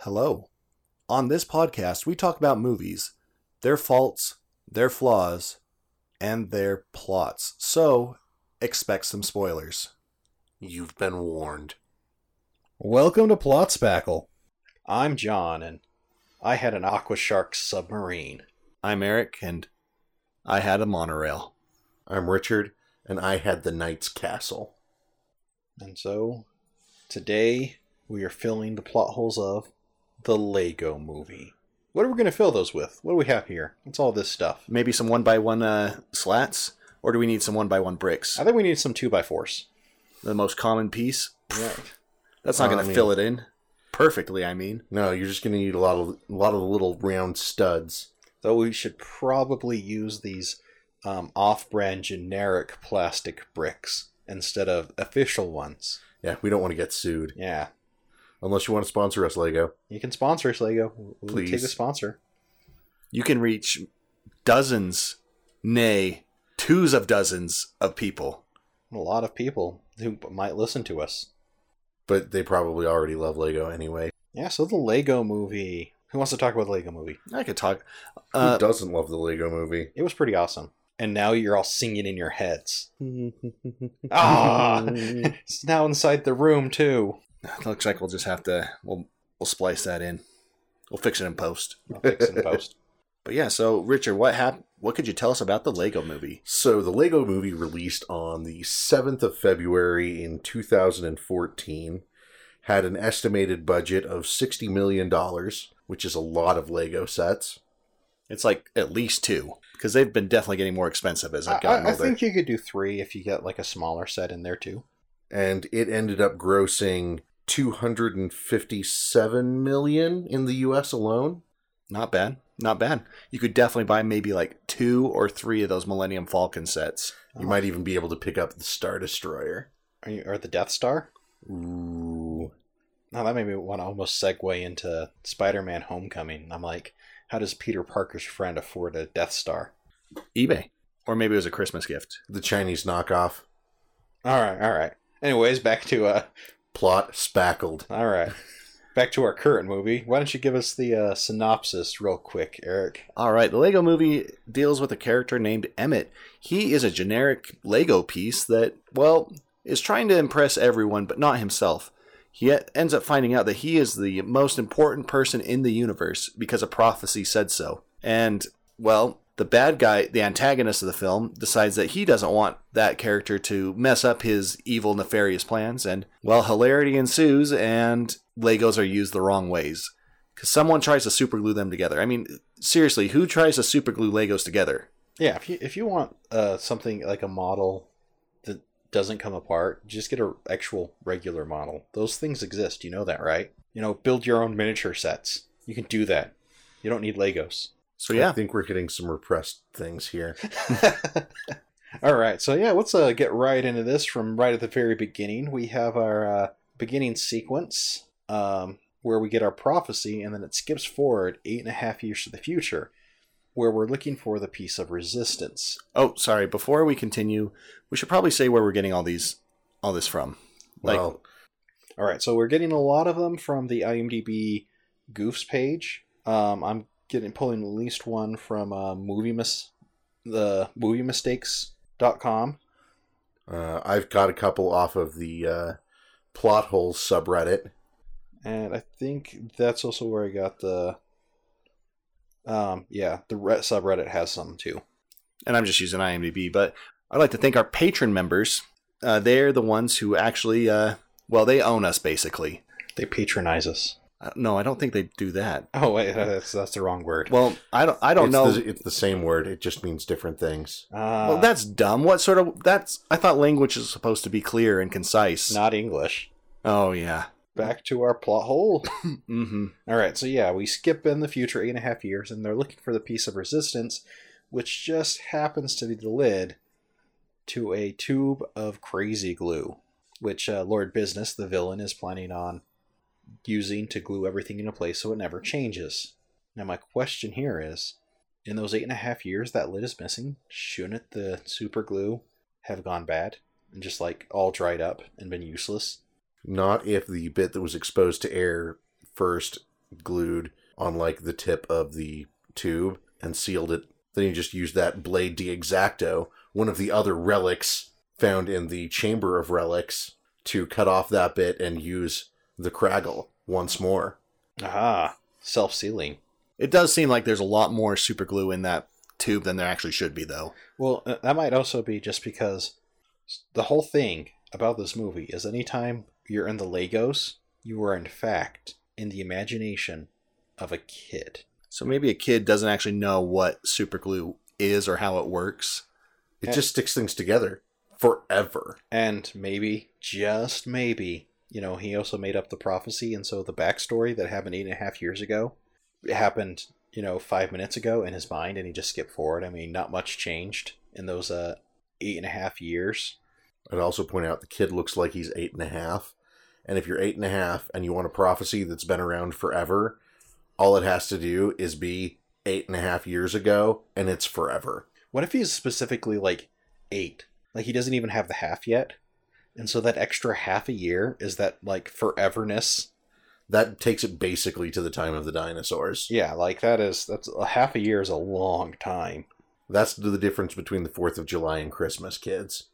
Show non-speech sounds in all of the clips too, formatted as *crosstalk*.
Hello. On this podcast, we talk about movies, their faults, their flaws, and their plots. So, expect some spoilers. You've been warned. Welcome to Plot Spackle. I'm John, and I had an Aqua Shark submarine. I'm Eric, and I had a monorail. I'm Richard, and I had the Knight's Castle. And so, today we are filling the plot holes of the Lego movie. What are we going to fill those with? What do we have here? What's all this stuff? Maybe some one by one uh, slats, or do we need some one by one bricks? I think we need some 2 by 4s The most common piece. Right. That's not Uh, I going to mean- fill it in perfectly. I mean, No, you're just going to need a lot of a lot of little round studs. Though we should probably use these um, off brand generic plastic bricks instead of official ones. Yeah, we don't want to get sued Yeah. unless you want to sponsor us, Lego. You can sponsor us, Lego. We'll Please. take a sponsor. you can reach dozens, nay, twos of dozens of people. A lot of people who might listen to us. But they probably already love Lego anyway. Yeah, so the Lego movie. Who wants to talk about the Lego movie? I could talk. Who Uh, doesn't love the Lego Movie? It was pretty awesome. And now you're all singing in your heads. ah! Uh, It's now inside the room, *laughs* too. looks like we'll just have to we'll we'll splice that in. We'll fix it in post. I'll fix it in post. But yeah, so Richard, what hap- What could you tell us about the Lego Movie? *laughs* So the Lego Movie released on the seventh of February in 2014 had an estimated budget of 60 million dollars, which is a lot of Lego sets. It's like at least two because they've been definitely getting more expensive as I, I've gotten I- I older. think you could do three if you get like a smaller set in there, too. and it ended up grossing 257 million in the US alone. Not bad, not bad. You could definitely buy maybe like two or three of those Millennium Falcon sets. You might even be able to pick up the Star Destroyer. Are you, or the Death Star? Ooh. Now, that made me want to almost segue into Spider Man Homecoming. I'm like, how does Peter Parker's friend afford a Death Star? eBay, or maybe it was a Christmas gift. The Chinese knockoff. All right, all right. Anyways, back to uh, Plot spackled. *laughs* All right. Back to our current movie. Why don't you give us the uh, synopsis real quick, Eric? All right, the Lego movie deals with a character named Emmett. He is a generic Lego piece that, well, is trying to impress everyone but not himself. He e- ends up finding out that he is the most important person in the universe because a prophecy said so. And, well, the bad guy, the antagonist of the film, decides that he doesn't want that character to mess up his evil, nefarious plans. And, well, hilarity ensues, and Legos are used the wrong ways. Because someone tries to superglue them together. I mean, seriously, who tries to superglue Legos together? Yeah, if you if you want uh, something like a model that doesn't come apart, just get a actual regular model. Those things exist. You know that, right? You know, build your own miniature sets. You can do that. You don't need Legos. *laughs* So I yeah, think we're getting some repressed things here. All right, so yeah, let's uh, get right into this from right at the very beginning. We have our uh, beginning sequence um, where we get our prophecy, and then it skips forward eight and a half years to the future, where we're looking for the piece of resistance. oh sorry, before we continue, we should probably say where we're getting all these all this from. Like well, All right, so we're getting a lot of them from the IMDb Goofs page. Um, I'm getting pulling at least one from uh, movie mis- the moviemistakes.com. uh, I've got a couple off of the uh, plot holes subreddit. and I think that's also where I got the. Um. Yeah, the re- subreddit has some too. and I'm just using IMDb, but I'd like to thank our patron members. Uh, they're the ones who actually uh, well, they own us basically. They patronize us. Uh, no, I don't think they do that. Oh wait, *laughs* that's that's the wrong word. Well, I don't I don't it's know. The, it's the same word, it just means different things. Uh, well, that's dumb. What sort of that's I thought language is supposed to be clear and concise. not English. oh yeah. Back to our plot hole. Mhm. All right, so yeah, we skip in the future eight and a half years, and they're looking for the piece of resistance, which just happens to be the lid to a tube of crazy glue, which uh, Lord Business, the villain, is planning on using to glue everything into place so it never changes. Now, my question here is in those eight and a half years that lid is missing, shouldn't the super glue have gone bad and just like all dried up and been useless? Not if the bit that was exposed to air first glued on like the tip of the tube and sealed it. Then he just used that blade de exacto, one of the other relics found in the chamber of relics, to cut off that bit and use the craggle once more. Aha. Self sealing. It does seem like there's a lot more super glue in that tube than there actually should be, though. Well, uh, that might also be just because the whole thing about this movie is anytime you're in the Legos, you are in fact in the imagination of a kid. So maybe a kid doesn't actually know what super glue is or how it works. It Yeah. just sticks things together forever. And maybe, just maybe, you know, he also made up the prophecy, and so the backstory that happened eight and a half years ago it happened, you know, five minutes ago in his mind, and he just skipped forward. I mean, not much changed in those uh, eight and a half years. I'd also point out the kid looks like he's eight and a half. And if you're eight and a half and you want a prophecy that's been around forever, all it has to do is be eight and a half years ago and it's forever. What if he's specifically like eight? Like he doesn't even have the half yet. And so that extra half a year is that like foreverness. That takes it basically to the time of the dinosaurs. Yeah, like that is that's a half a year is a long time. That's the difference between the 4th of July and Christmas, kids,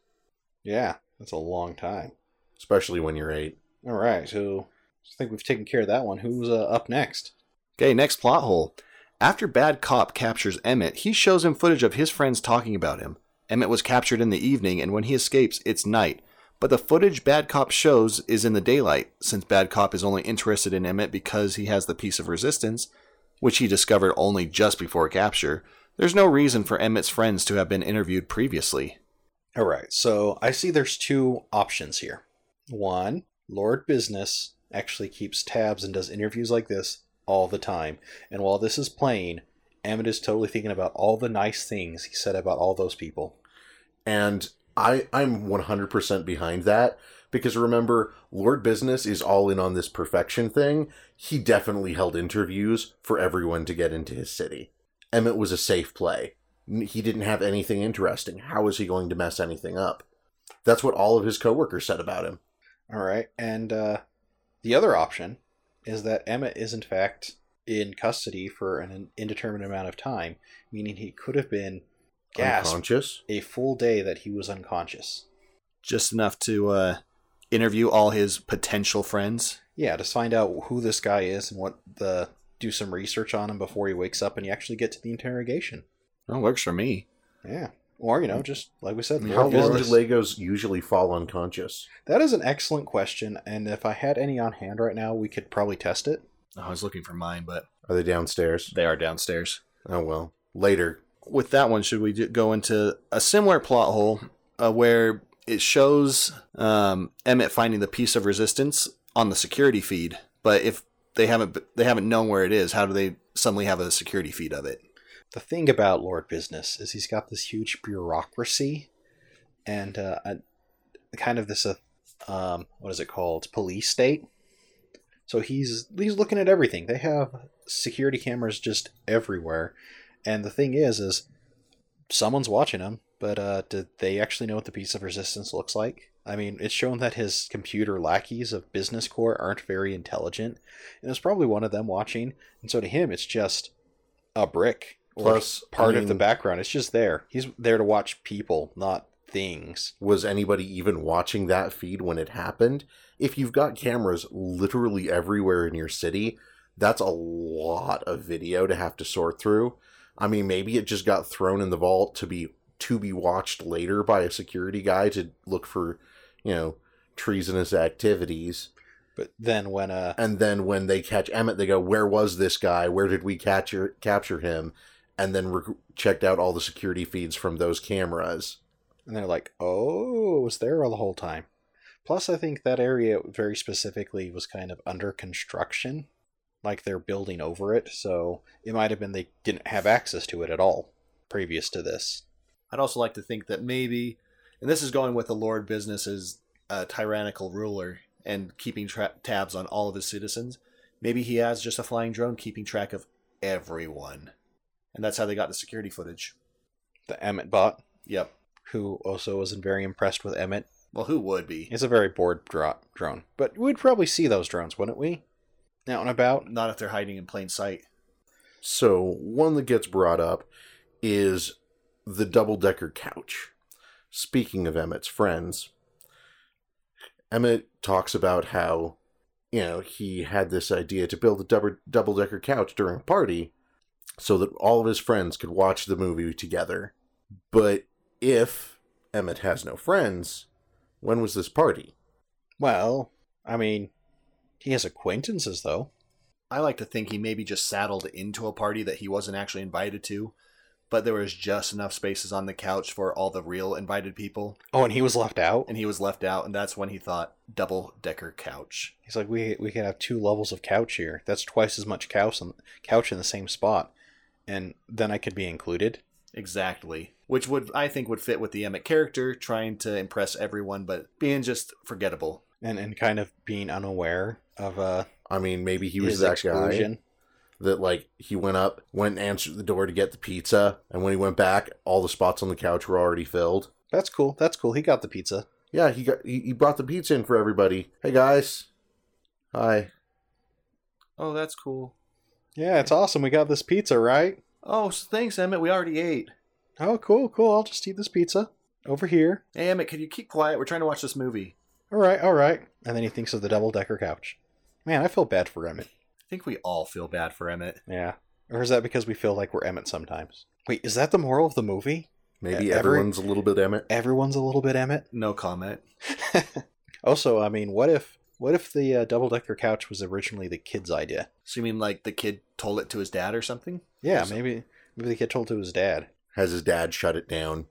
Yeah, that's a long time. especially when you're eight. All right, so I think we've taken care of that one. Who's uh, up next? Okay, next plot hole. After Bad Cop captures Emmett, he shows him footage of his friends talking about him. Emmett was captured in the evening, and when he escapes, it's night. But the footage Bad Cop shows is in the daylight, since Bad Cop is only interested in Emmett because he has the piece of resistance, which he discovered only just before capture. There's no reason for Emmett's friends to have been interviewed previously. All right, so I see there's two options here. One, Lord Business actually keeps tabs and does interviews like this all the time. And while this is playing, Emmett is totally thinking about all the nice things he said about all those people. And I, I'm 100% behind that because remember, Lord Business is all in on this perfection thing. He definitely held interviews for everyone to get into his city. Emmett was a safe play. N- He didn't have anything interesting. How was he going to mess anything up? That's what all of his coworkers said about him. All right, and uh, the other option is that Emmett is in fact in custody for an indeterminate amount of time, meaning he could have been gassed Unconscious. a full day that he was unconscious. Just enough to uh, interview all his potential friends. Yeah, to find out who this guy is and what the do some research on him before he wakes up and you actually get to the interrogation. That works for me. Yeah. Or, you know, just like we said, Mm-hmm. How Lord long do Business. Legos usually fall unconscious? that is an excellent question, and if I had any on hand right now, we could probably test it. Oh, I was looking for mine, but Are they downstairs? they are downstairs. Oh well. Later. with that one, should we do, go into a similar plot hole uh, where it shows um, Emmett finding the piece of resistance on the security feed? But if they haven't they haven't known where it is, how do they suddenly have a security feed of it? the thing about Lord Business is he's got this huge bureaucracy and uh, a- kind of this uh, um, what is it called police state. So he's he's looking at everything. They have security cameras just everywhere, and the thing is, is someone's watching him. But uh, did they actually know what the piece of resistance looks like? I mean, it's shown that his computer lackeys of Business Corps aren't very intelligent, and it's probably one of them watching. And so to him, it's just a brick or Plus part I of the mean, background. It's just there. He's there to watch people, not things. was anybody even watching that feed when it happened? If you've got cameras literally everywhere in your city, that's a lot of video to have to sort through. I mean, maybe it just got thrown in the vault to be to be watched later by a security guy to look for, you know, treasonous activities. But then when uh And then when they catch Emmett, they go, "Where was this guy? Where did we capture capture him?" And then rec checked out all the security feeds from those cameras. and they're like, "Oh, it was there all the whole time." Plus, I think that area very specifically was kind of under construction, like they're building over it, so it might have been they didn't have access to it at all previous to this. I'd also like to think that maybe, and this is going with the Lord business as a tyrannical ruler and keeping tra- tabs on all of his citizens. Maybe he has just a flying drone keeping track of everyone, and that's how they got the security footage. The Emmett bot, Yep. who also wasn't very impressed with Emmett, Well, who would be? is a very bored dro- drone, but we'd probably see those drones, wouldn't we? Out and about. Not if they're hiding in plain sight. So, one that gets brought up is the double decker couch. Speaking of Emmett's friends, Emmett talks about how, you know, he had this idea to build a double decker couch during a party so that all of his friends could watch the movie together. But if Emmett has no friends, when was this party? Well, I mean, he has acquaintances though. I like to think he maybe just saddled into a party that he wasn't actually invited to, but there was just enough spaces on the couch for all the real invited people, Oh, and he was left out. and he was left out, and that's when he thought double decker couch. He's like, we we could have two levels of couch here. That's twice as much couch on, couch in the same spot, and then I could be included. Exactly. Which would I think would fit with the Emmett character, trying to impress everyone, but being just forgettable. and and kind of being unaware of uh I mean, maybe he was his that guy exclusion. that, like, he went up, went and answered the door to get the pizza, and when he went back, all the spots on the couch were already filled. That's cool. That's cool. He got the pizza. Yeah, he got he, he brought the pizza in for everybody. Hey guys, hi. Oh, that's cool. Yeah, it's awesome. We got this pizza, right? Oh, so thanks, Emmett. We already ate. Oh, cool, cool. I'll just eat this pizza over here. Hey, Emmett, could you keep quiet? We're trying to watch this movie. All right, all right. And then he thinks of the double decker couch. Man, I feel bad for Emmett. I think we all feel bad for Emmett. Yeah. Or is that because we feel like we're Emmett sometimes? Wait, is that the moral of the movie? Maybe Yeah, every- everyone's a little bit Emmett. Everyone's a little bit Emmett. *laughs* No comment. also, I mean, what if what if the uh, double decker couch was originally the kid's idea? So you mean like the kid told it to his dad or something? Yeah, Awesome. maybe maybe the kid told to his dad. Has his dad shut it down,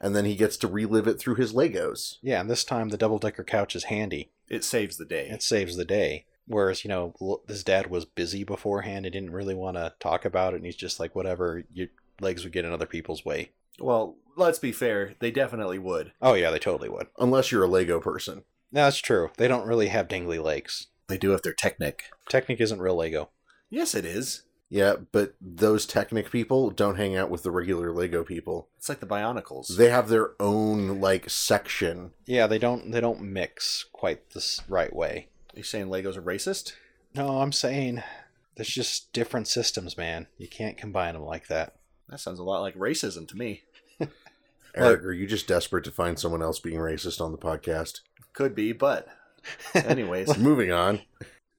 and then he gets to relive it through his Legos. Yeah, and this time the double decker couch is handy. It saves the day. It saves the day. Whereas, you know, l- his dad was busy beforehand and didn't really want to talk about it. And he's just like, whatever, your legs would get in other people's way. Well, let's be fair. They definitely would. Oh, yeah, they totally would. Unless you're a Lego person, No, that's true. They don't really have dangly legs. They do if they're Technic. Technic isn't real Lego. Yes, it is. yeah. But those Technic people don't hang out with the regular Lego people. It's like the Bionicles. They have their own like section. Yeah, they don't they don't mix quite this right way. Are you saying Legos are racist? No, I'm saying there's just different systems, man. You can't combine them like that. That sounds a lot like racism to me. Eric, are you just desperate to find someone else being racist on the podcast? Could be, but *laughs* *laughs* anyways, I Moving on.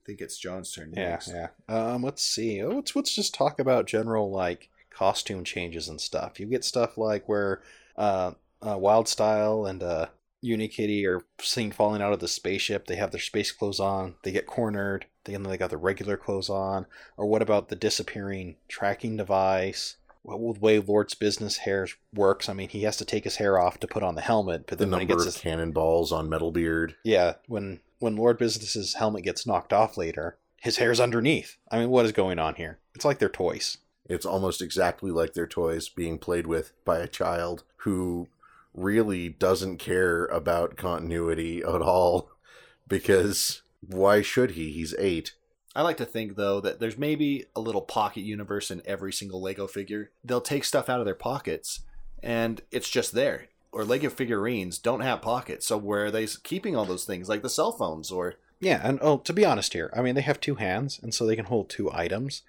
think it's John's turn. Yeah, next. yeah. Um, let's see. Oh, Let's let's just talk about general like costume changes and stuff. You get stuff like where uh, uh Wild Style and uh Unikitty are seen falling out of the spaceship. They have their space clothes on. They get cornered. Then they got their regular clothes on. Or what about the disappearing tracking device? Well, the way Lord's business hair works, I mean, he has to take his hair off to put on the helmet, but The then when he number gets of his cannonballs on Metal Beard. yeah, when when Lord Business's helmet gets knocked off later, his hair's underneath. I mean, what is going on here? It's like they're toys. It's almost exactly like their toys being played with by a child who really doesn't care about continuity at all *laughs* because why should he? He's eight. I like to think though that there's maybe a little pocket universe in every single Lego figure. They'll take stuff out of their pockets, and it's just there. Or Lego figurines don't have pockets, so where are they s- keeping all those things, like the cell phones? Or Yeah, and oh, to be honest here, I mean, they have two hands, and so they can hold two items.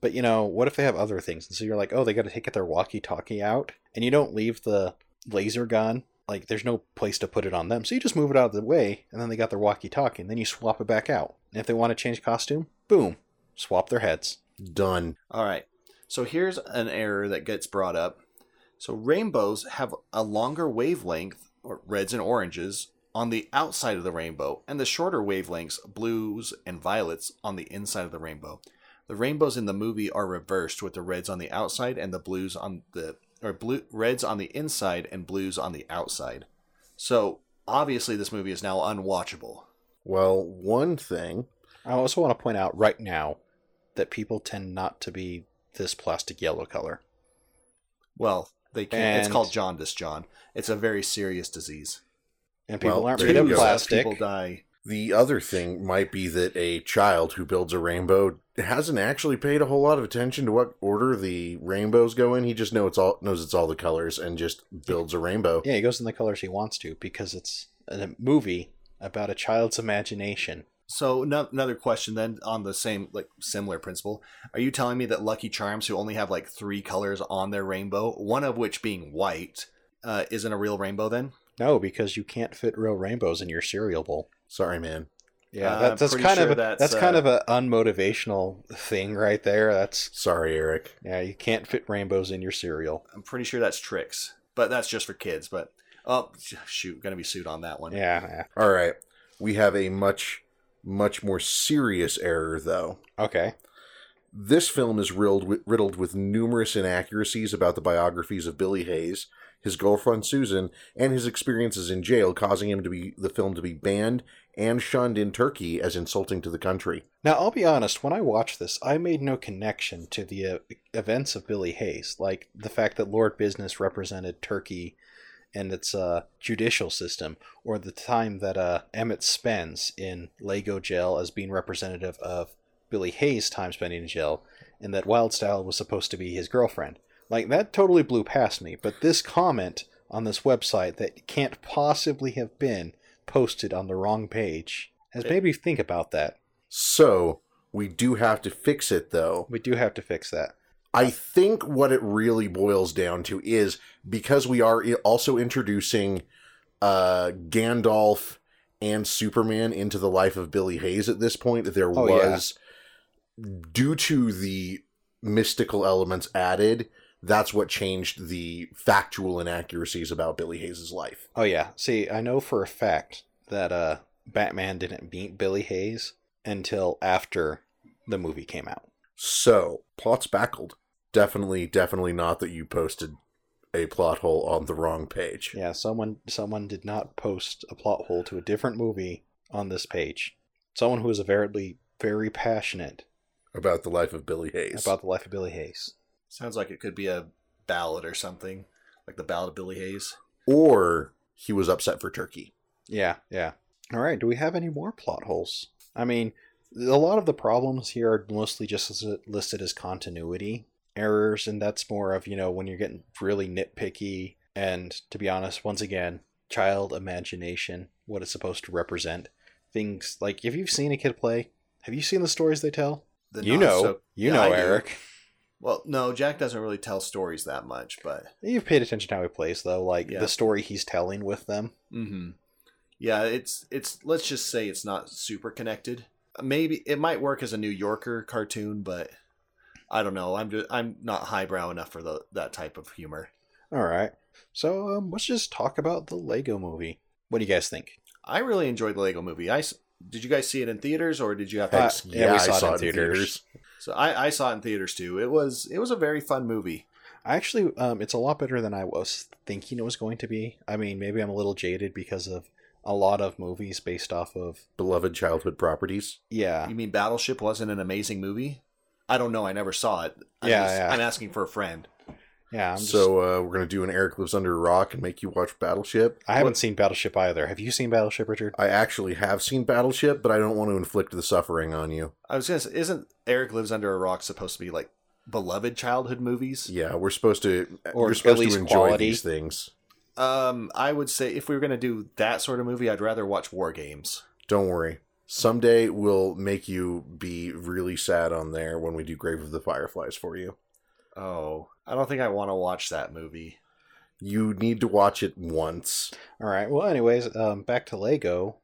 But you know, what if they have other things? And so you're like, oh, they got to take their walkie-talkie out, and you don't leave the laser gun. Like, there's no place to put it on them, so you just move it out of the way, and then they got their walkie-talkie, and then you swap it back out. And if they want to change costume, boom, swap their heads. Done. all right, so here's an error that gets brought up. So rainbows have a longer wavelength, or reds and oranges, on the outside of the rainbow, and the shorter wavelengths, blues and violets, on the inside of the rainbow. The rainbows in the movie are reversed with the reds on the outside and the blues on the or blue reds on the inside and blues on the outside. So obviously this movie is now unwatchable. Well, one thing I also want to point out right now that people tend not to be this plastic yellow color. Well, they can't it's And- called jaundice, John. It's a very serious disease. And people Well, aren't there made you of go. plastic. people die. The other thing might be that a child who builds a rainbow hasn't actually paid a whole lot of attention to what order the rainbows go in. He just know it's all knows it's all the colors and just builds a rainbow. Yeah, he goes in the colors he wants to because it's a movie about a child's imagination. So no- another question then on the same like similar principle. Are you telling me that Lucky Charms who only have like three colors on their rainbow, one of which being white, uh, isn't a real rainbow then? No, because you can't fit real rainbows in your cereal bowl. Sorry, man. Yeah, Uh, that, that's pretty kind sure of a, that's, that's, kind uh, of a unmotivational thing right there. That's Sorry, Eric. yeah, you can't fit rainbows in your cereal. I'm pretty sure that's tricks, but that's just for kids. But oh shoot, gonna be sued on that one. Yeah. All right. We have a much, much more serious error, though. yeah. Okay. This film is riddled with, riddled with numerous inaccuracies about the biographies of Billy Hayes, his girlfriend Susan, and his experiences in jail, causing him to be the film to be banned and shunned in Turkey as insulting to the country. Now I'll be honest. When I watched this, I made no connection to the uh, events of Billy Hayes, like the fact that Lord Business represented Turkey and its uh, judicial system, or the time that uh, Emmett spends in Lego jail as being representative of Billy Hayes' time spending in jail, and that Wild Style was supposed to be his girlfriend. Like that totally blew past me. But this comment on this website that can't possibly have been posted on the wrong page has made me think about that. So we do have to fix it, though. We do have to fix that. I think what it really boils down to is because we are i- also introducing uh, Gandalf and Superman into the life of Billy Hayes at this point, there Oh, yeah. was, due to the mystical elements added, that's what changed the factual inaccuracies about Billy Hayes' life. Oh yeah. See, I know for a fact that uh Batman didn't meet Billy Hayes until after the movie came out. So, plot's backled. Definitely, definitely not that you posted a plot hole on the wrong page. Yeah, someone someone did not post a plot hole to a different movie on this page. Someone who is apparently very passionate About the life of Billy Hayes. about the life of Billy Hayes. Sounds like it could be a ballad or something, like the Ballad of Billy Hayes. or he was upset for turkey. Yeah, yeah. All right. Do we have any more plot holes? I mean, a lot of the problems here are mostly just as- listed as continuity errors, and that's more of, you know, when you're getting really nitpicky. And to be honest, once again, child imagination, what it's supposed to represent. Things like, if you've seen a kid play, have you seen the stories they tell? The you not know, so- you Yeah, know, I do. Eric. Well, no, Jack doesn't really tell stories that much, but You've paid attention to how he plays, though, like Yeah. the story he's telling with them. Mm-hmm. Yeah, it's it's let's just say it's not super connected. Maybe it might work as a New Yorker cartoon, but I don't know. I'm just I'm not highbrow enough for the that type of humor. All right. So um, let's just talk about the Lego movie. What do you guys think? I really enjoyed the Lego Movie. I s- did you guys see it in theaters or did you have to? Uh, yeah, we saw it in theaters. so I, I saw it in theaters too. It was it was a very fun movie. I actually, um, it's a lot better than I was thinking it was going to be. I mean, maybe I'm a little jaded because of a lot of movies based off of. Beloved childhood properties. Yeah, You mean Battleship wasn't an amazing movie? I don't know. I never saw it. I'm Yeah, just- yeah. I'm asking for a friend. yeah. I'm just, so so uh, we're gonna do an Eric lives under a rock and make you watch Battleship. I haven't seen Battleship either. Have you seen Battleship, Richard? I actually have seen Battleship, but I don't want to inflict the suffering on you. I was gonna say, isn't Eric Lives Under a Rock supposed to be like beloved childhood movies? Yeah, we're supposed to. uh, Or you're at supposed least to enjoy quality. these things. Um, I would say if we were gonna do that sort of movie, I'd rather watch War Games. Don't worry. Someday we'll make you be really sad on there when we do Grave of the Fireflies for you. Oh, I don't think I want to watch that movie. You need to watch it once. All right. Well, anyways, um, back to Lego.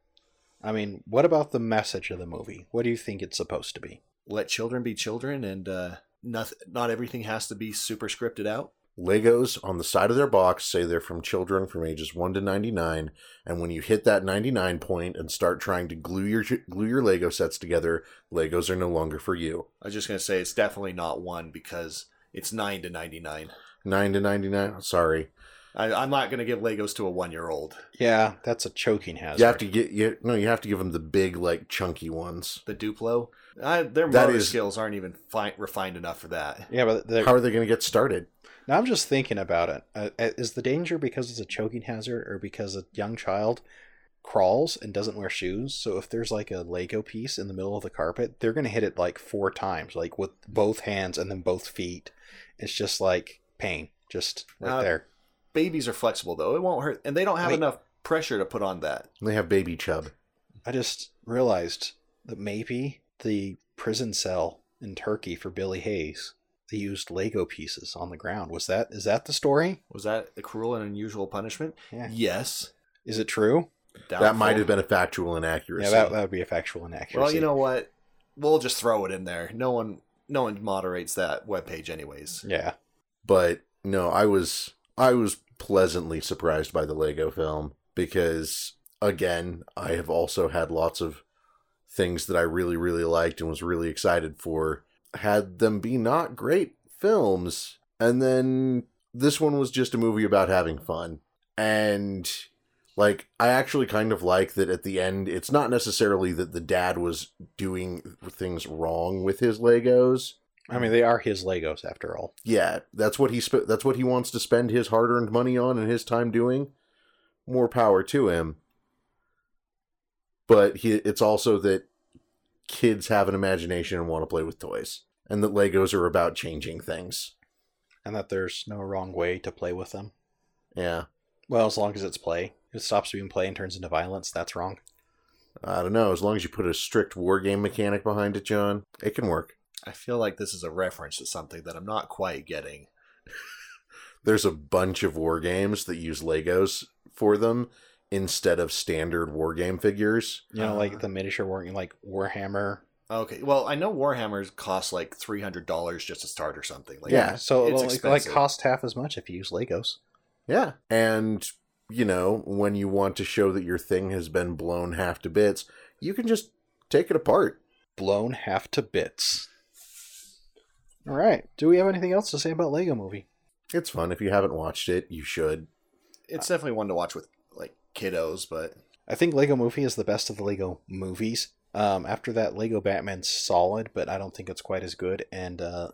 I mean, what about the message of the movie? What do you think it's supposed to be? Let children be children, and uh, not not everything has to be super scripted out. Legos on the side of their box say they're from children from ages 1 to 99 and when you hit that 99 point and start trying to glue your glue your Lego sets together, Legos are no longer for you. I was just gonna say it's definitely not one because it's nine to ninety nine. 9 to 99, sorry. I'm not gonna give Legos to a one year old. Yeah, that's a choking hazard. you have to get you, no, you have to give them the big like chunky ones. The Duplo, I, their That motor is- skills aren't even fi- refined enough for that. Yeah, but the, How are they going to get started? Now I'm just thinking about it. Uh, uh, is the danger because it's a choking hazard or because a young child crawls and doesn't wear shoes? So if there's like a Lego piece in the middle of the carpet, they're going to hit it like four times, like with both hands and then both feet. It's just like pain, just right Uh, there. Babies are flexible though; it won't hurt, and they don't have Wait. enough pressure to put on that. They have baby chub. I just realized that maybe the prison cell in Turkey for Billy Hayes, they used Lego pieces on the ground. Was that is that the story? Was that a cruel and unusual punishment? Yeah. Yes. Is it true? That might Doubtful. have been a factual inaccuracy. Yeah, that, that would be a factual inaccuracy. Well, you know what? We'll just throw it in there. No one, no one moderates that webpage, anyways. Yeah. but no i was i was pleasantly surprised by the lego film because again i have also had lots of things that i really really liked and was really excited for had them be not great films and then this one was just a movie about having fun and like i actually kind of like that at the end it's not necessarily that the dad was doing things wrong with his legos I mean, they are his Legos after all. yeah, that's what he sp- that's what he wants to spend his hard-earned money on and his time doing. More power to him. But he, it's also that kids have an imagination and want to play with toys, and that Legos are about changing things. And that there's no wrong way to play with them. Yeah, Well, as long as it's play. If it stops being play and turns into violence, that's wrong. I don't know. As long as you put a strict war game mechanic behind it, John, it can work. I feel like this is a reference to something that I'm not quite getting. There's a bunch of war games that use Legos for them instead of standard war game figures. You know, Uh-huh. like the miniature war like Warhammer. Uh, Okay, well, I know Warhammers cost like three hundred dollars just to start or something. Like, Yeah, so it's it'll like, like expensive. cost half as much if you use Legos. Yeah. And, you know, when you want to show that your thing has been blown half to bits, you can just take it apart. Blown half to bits. All right. Do we have anything else to say about Lego Movie? It's fun. If you haven't watched it, you should. it's definitely one to watch with like kiddos, but I think Lego Movie is the best of the Lego movies. Um, after that, Lego Batman's solid, but I don't think it's quite as good. And uh,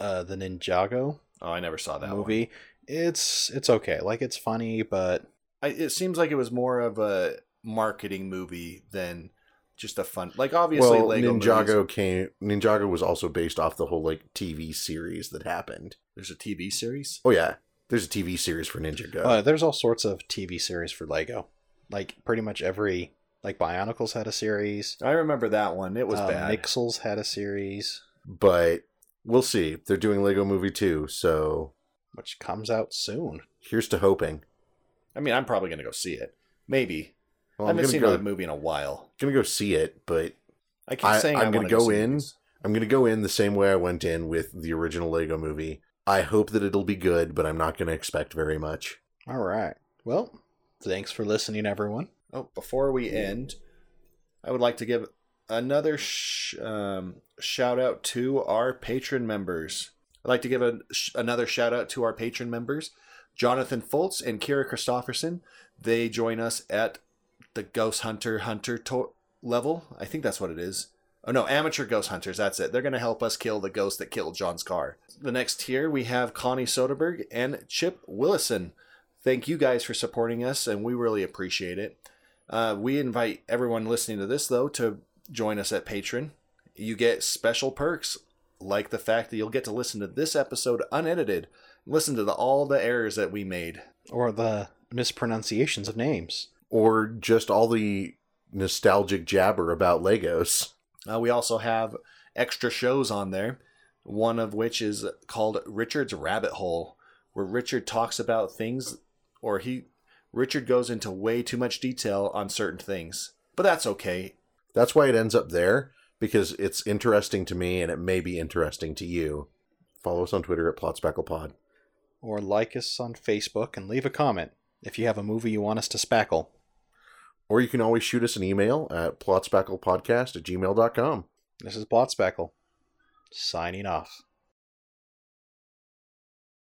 uh, the Ninjago oh, I never saw that movie. movie, it's it's okay. Like it's funny, but I, it seems like it was more of a marketing movie than just a fun. Like obviously, well, Lego Ninjago movies- came. Ninjago was also based off the whole like TV series that happened. There's a TV series. Oh yeah, there's a TV series for Ninjago. Uh, there's all sorts of TV series for Lego. Like pretty much every like Bionicles had a series. I remember that one. It was um, bad. Nixels had a series, but we'll see. They're doing Lego Movie too, so which comes out soon. here's to hoping. I mean, I'm probably gonna go see it. Maybe Well, I I'm haven't gonna seen go. another movie in a while. Gonna go see it, but I keep I- saying I'm I gonna wanna go see in. these. I'm going to go in the same way I went in with the original Lego movie. I hope that it'll be good, but I'm not going to expect very much. All right. Well, thanks for listening, everyone. Oh, before we end, I would like to give another sh- um, shout out to our patron members. I'd like to give a, sh- another shout out to our patron members, Jonathan Foltz and Kira Christofferson. They join us at the Ghost Hunter Hunter to- level. I think that's what it is. Oh no, amateur ghost hunters. That's it. They're going to help us kill the ghost that killed John's car. The next tier we have Connie Soderberg and Chip Willison. Thank you guys for supporting us, and we really appreciate it. Uh, we invite everyone listening to this, though, to join us at Patreon. You get special perks, like the fact that you'll get to listen to this episode unedited, listen to the, all the errors that we made. Or the mispronunciations of names. Or just all the nostalgic jabber about Legos. Uh, we also have extra shows on there, one of which is called Richard's Rabbit Hole, where Richard talks about things, or he, Richard goes into way too much detail on certain things. But that's okay. That's why it ends up there, because it's interesting to me and it may be interesting to you. Follow us on Twitter at PlotSpacklePod. Or like us on Facebook and leave a comment if you have a movie you want us to spackle. Or you can always shoot us an email at plotspacklepodcast at gmail.com. This is Blotspackle, signing off.